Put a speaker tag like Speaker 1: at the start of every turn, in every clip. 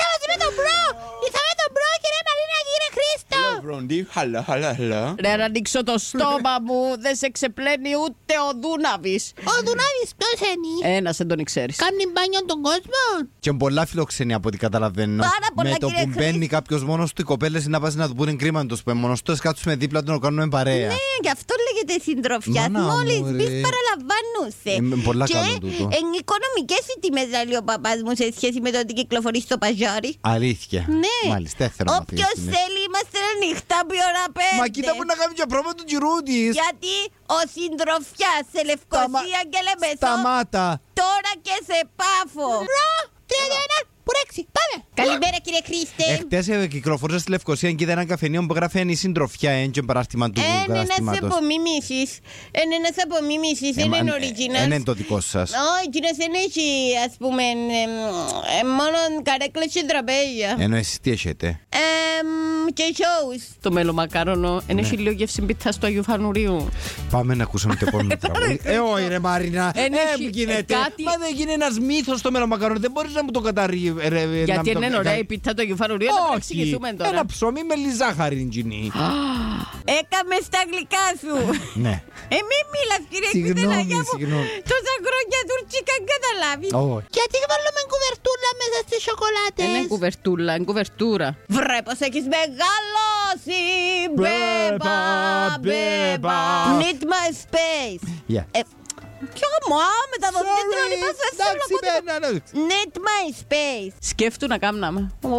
Speaker 1: Estamos viendo bro. Estamos viendo bro. Quiere Marina Aguirre Cristo.
Speaker 2: Βροντί, χαλά, χαλά, χαλά.
Speaker 3: Ρε, να ανοίξω το στόμα μου. Δεν σε ξεπλένει ούτε ο Δούναβης.
Speaker 1: Ο Δουνάδης ποιος είναι.
Speaker 3: Ένας δεν τον ξέρεις.
Speaker 1: Κάνει μπάνιο τον κόσμο.
Speaker 2: Και πολλά φιλοξενία από ό,τι καταλαβαίνω.
Speaker 1: Πάρα πολλά,
Speaker 2: με το
Speaker 1: κύριε
Speaker 2: που μπαίνει
Speaker 1: Χρήστη.
Speaker 2: κάποιος μόνος του, οι κοπέλες είναι να πας να τους πούνε κρίμα να του πούμε. Μόνος τους κάτσουμε δίπλα του να κάνουμε παρέα.
Speaker 1: Ναι, γι' αυτό λέγεται συντροφιά.
Speaker 2: Μάνα μου,
Speaker 1: Μόλις
Speaker 2: ρε.
Speaker 1: πει παραλαμβάνουσε.
Speaker 2: Ε, με πολλά
Speaker 1: και
Speaker 2: καλό τούτο.
Speaker 1: εν οικονομικές οι τιμές, λέει ο παπάς μου, σε σχέση με το ότι κυκλοφορεί στο παζάρι.
Speaker 2: Αλήθεια.
Speaker 1: Ναι.
Speaker 2: Μάλιστα, δεν θέλω να
Speaker 1: Όποιος
Speaker 2: φύγεις, ναι.
Speaker 1: θέλει, είμαστε ανοιχτά από η ώρα πέντε.
Speaker 2: Μα κοίτα που να κάνει και πρόβα του τζιρού τη.
Speaker 1: Γιατί ο συντροφιά σε Λευκοσία και Λεμεσό
Speaker 2: Σταμάτα.
Speaker 1: τώρα και σε πάφο. Ρο, 31, που ρέξει. Πάμε. Καλημέρα κύριε Χρήστε.
Speaker 2: Εχθές κυκλοφορούσα στη Λευκοσία και είδα ένα καφενείο που γράφει «Είναι η συντροφιά, εν και παράστημα του
Speaker 1: Εν ένας
Speaker 2: καταστήματο.
Speaker 1: απομίμησης, εν ένας απομίμησης, εν
Speaker 2: ε,
Speaker 1: εν original.
Speaker 2: ναι, Είναι το δικό σας.
Speaker 1: Όχι, εκείνος δεν έχει, ας πούμε, εμ, εμ, μόνο καρέκλες και τραπέζια.
Speaker 2: Ενώ εσείς Ε, ναι, τι έχετε.
Speaker 1: Εμ, Και shows.
Speaker 3: Το μελομακάρονο είναι έχει λίγο γεύση μπίτα του Αγίου Φανουρίου.
Speaker 2: Πάμε Ναι. Ε, να ακούσουμε το επόμενο τραγούδι. Ε, όχι, ρε Μαρίνα.
Speaker 3: Εν
Speaker 2: Ε,
Speaker 3: έχει,
Speaker 2: που γίνεται.
Speaker 3: ε, κάτι-
Speaker 2: Μα δεν γίνει ένας μύθος το μελομακαρόνι. Δεν μπορείς να μου το καταρρύει.
Speaker 3: Γιατί είναι ωραία η πίτα του Αγίου Φανουρίου. Να
Speaker 2: ε, Όχι, Ε,
Speaker 3: εξηγηθούμε τώρα.
Speaker 2: ένα ψωμί με λιζάχαρη τζινή.
Speaker 1: Έκαμε στα γλυκά σου.
Speaker 2: Ναι.
Speaker 1: Ε, μην μιλάς κύριε
Speaker 2: Συγγνώμη,
Speaker 1: Κρυσταλαγιά μου.
Speaker 2: συγγνώμη.
Speaker 1: Τόσα χρόνια τουρκικά αν καταλάβεις.
Speaker 2: Όχι.
Speaker 1: Γιατί βάλουμε κουβερτούλα μέσα
Speaker 2: Ε, ναι,
Speaker 1: στις σοκολάτες.
Speaker 3: Είναι Ε, ναι, κουβερτούλα, είναι κουβερτούρα.
Speaker 1: Βρε πως έχεις μεγαλώσει
Speaker 2: Μπέμπα,
Speaker 1: Μπέμπα,
Speaker 2: μπέμπα.
Speaker 1: μπέμπα Need my space
Speaker 2: Γεια.
Speaker 1: Ε, Ποιο μου, α, με τα δοντίκια
Speaker 2: Sorry,
Speaker 1: είπα σε
Speaker 2: εντάξει,
Speaker 1: αυτό
Speaker 2: ναι, ναι, ναι.
Speaker 1: Need my space
Speaker 3: Σκέφτου να κάναμε. Ω,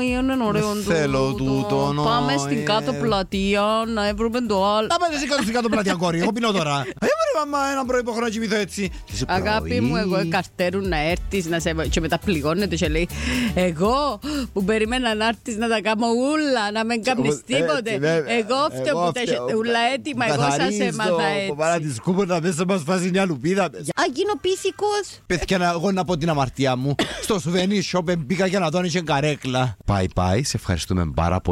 Speaker 3: είναι ωραίο
Speaker 2: Δεν θέλω τούτο, ναι.
Speaker 3: Πάμε στην κάτω πλατεία να βρούμε το άλλο.
Speaker 2: Να πάτε σε κάτω στην κάτω πλατεία, κόρη. Εγώ πεινώ τώρα. Ε, μπορεί μαμά ένα πρωί που έχω να κοιμηθώ έτσι. Τις πρωί.
Speaker 3: Αγάπη μου, εγώ καρτέρουν να έρθεις να σε. και μετά πληγώνεται και λέει Εγώ που περιμένα να έρθεις να τα κάνω ούλα, να με κάνει
Speaker 2: Ε,
Speaker 3: τίποτε.
Speaker 2: ε, βέβαια.
Speaker 3: Εγώ αυτό
Speaker 2: Εγώ
Speaker 3: που τα έχετε
Speaker 2: φταίω.
Speaker 3: ούλα έτοιμα, εγώ σας
Speaker 2: Καθαρίζω,
Speaker 3: έμαθα
Speaker 2: που Παρά
Speaker 3: έτσι.
Speaker 2: τη σκούπερνα μέσα μας βάζει μια λουπίδα.
Speaker 1: Α, γίνω πίσικος
Speaker 2: Πέθηκε να, εγώ να πω την αμαρτία μου. Στο σουβενί shop μπήκα για να δω αν είχε καρέκλα. Πάει, πάει. Σε ευχαριστούμε πάρα πολύ.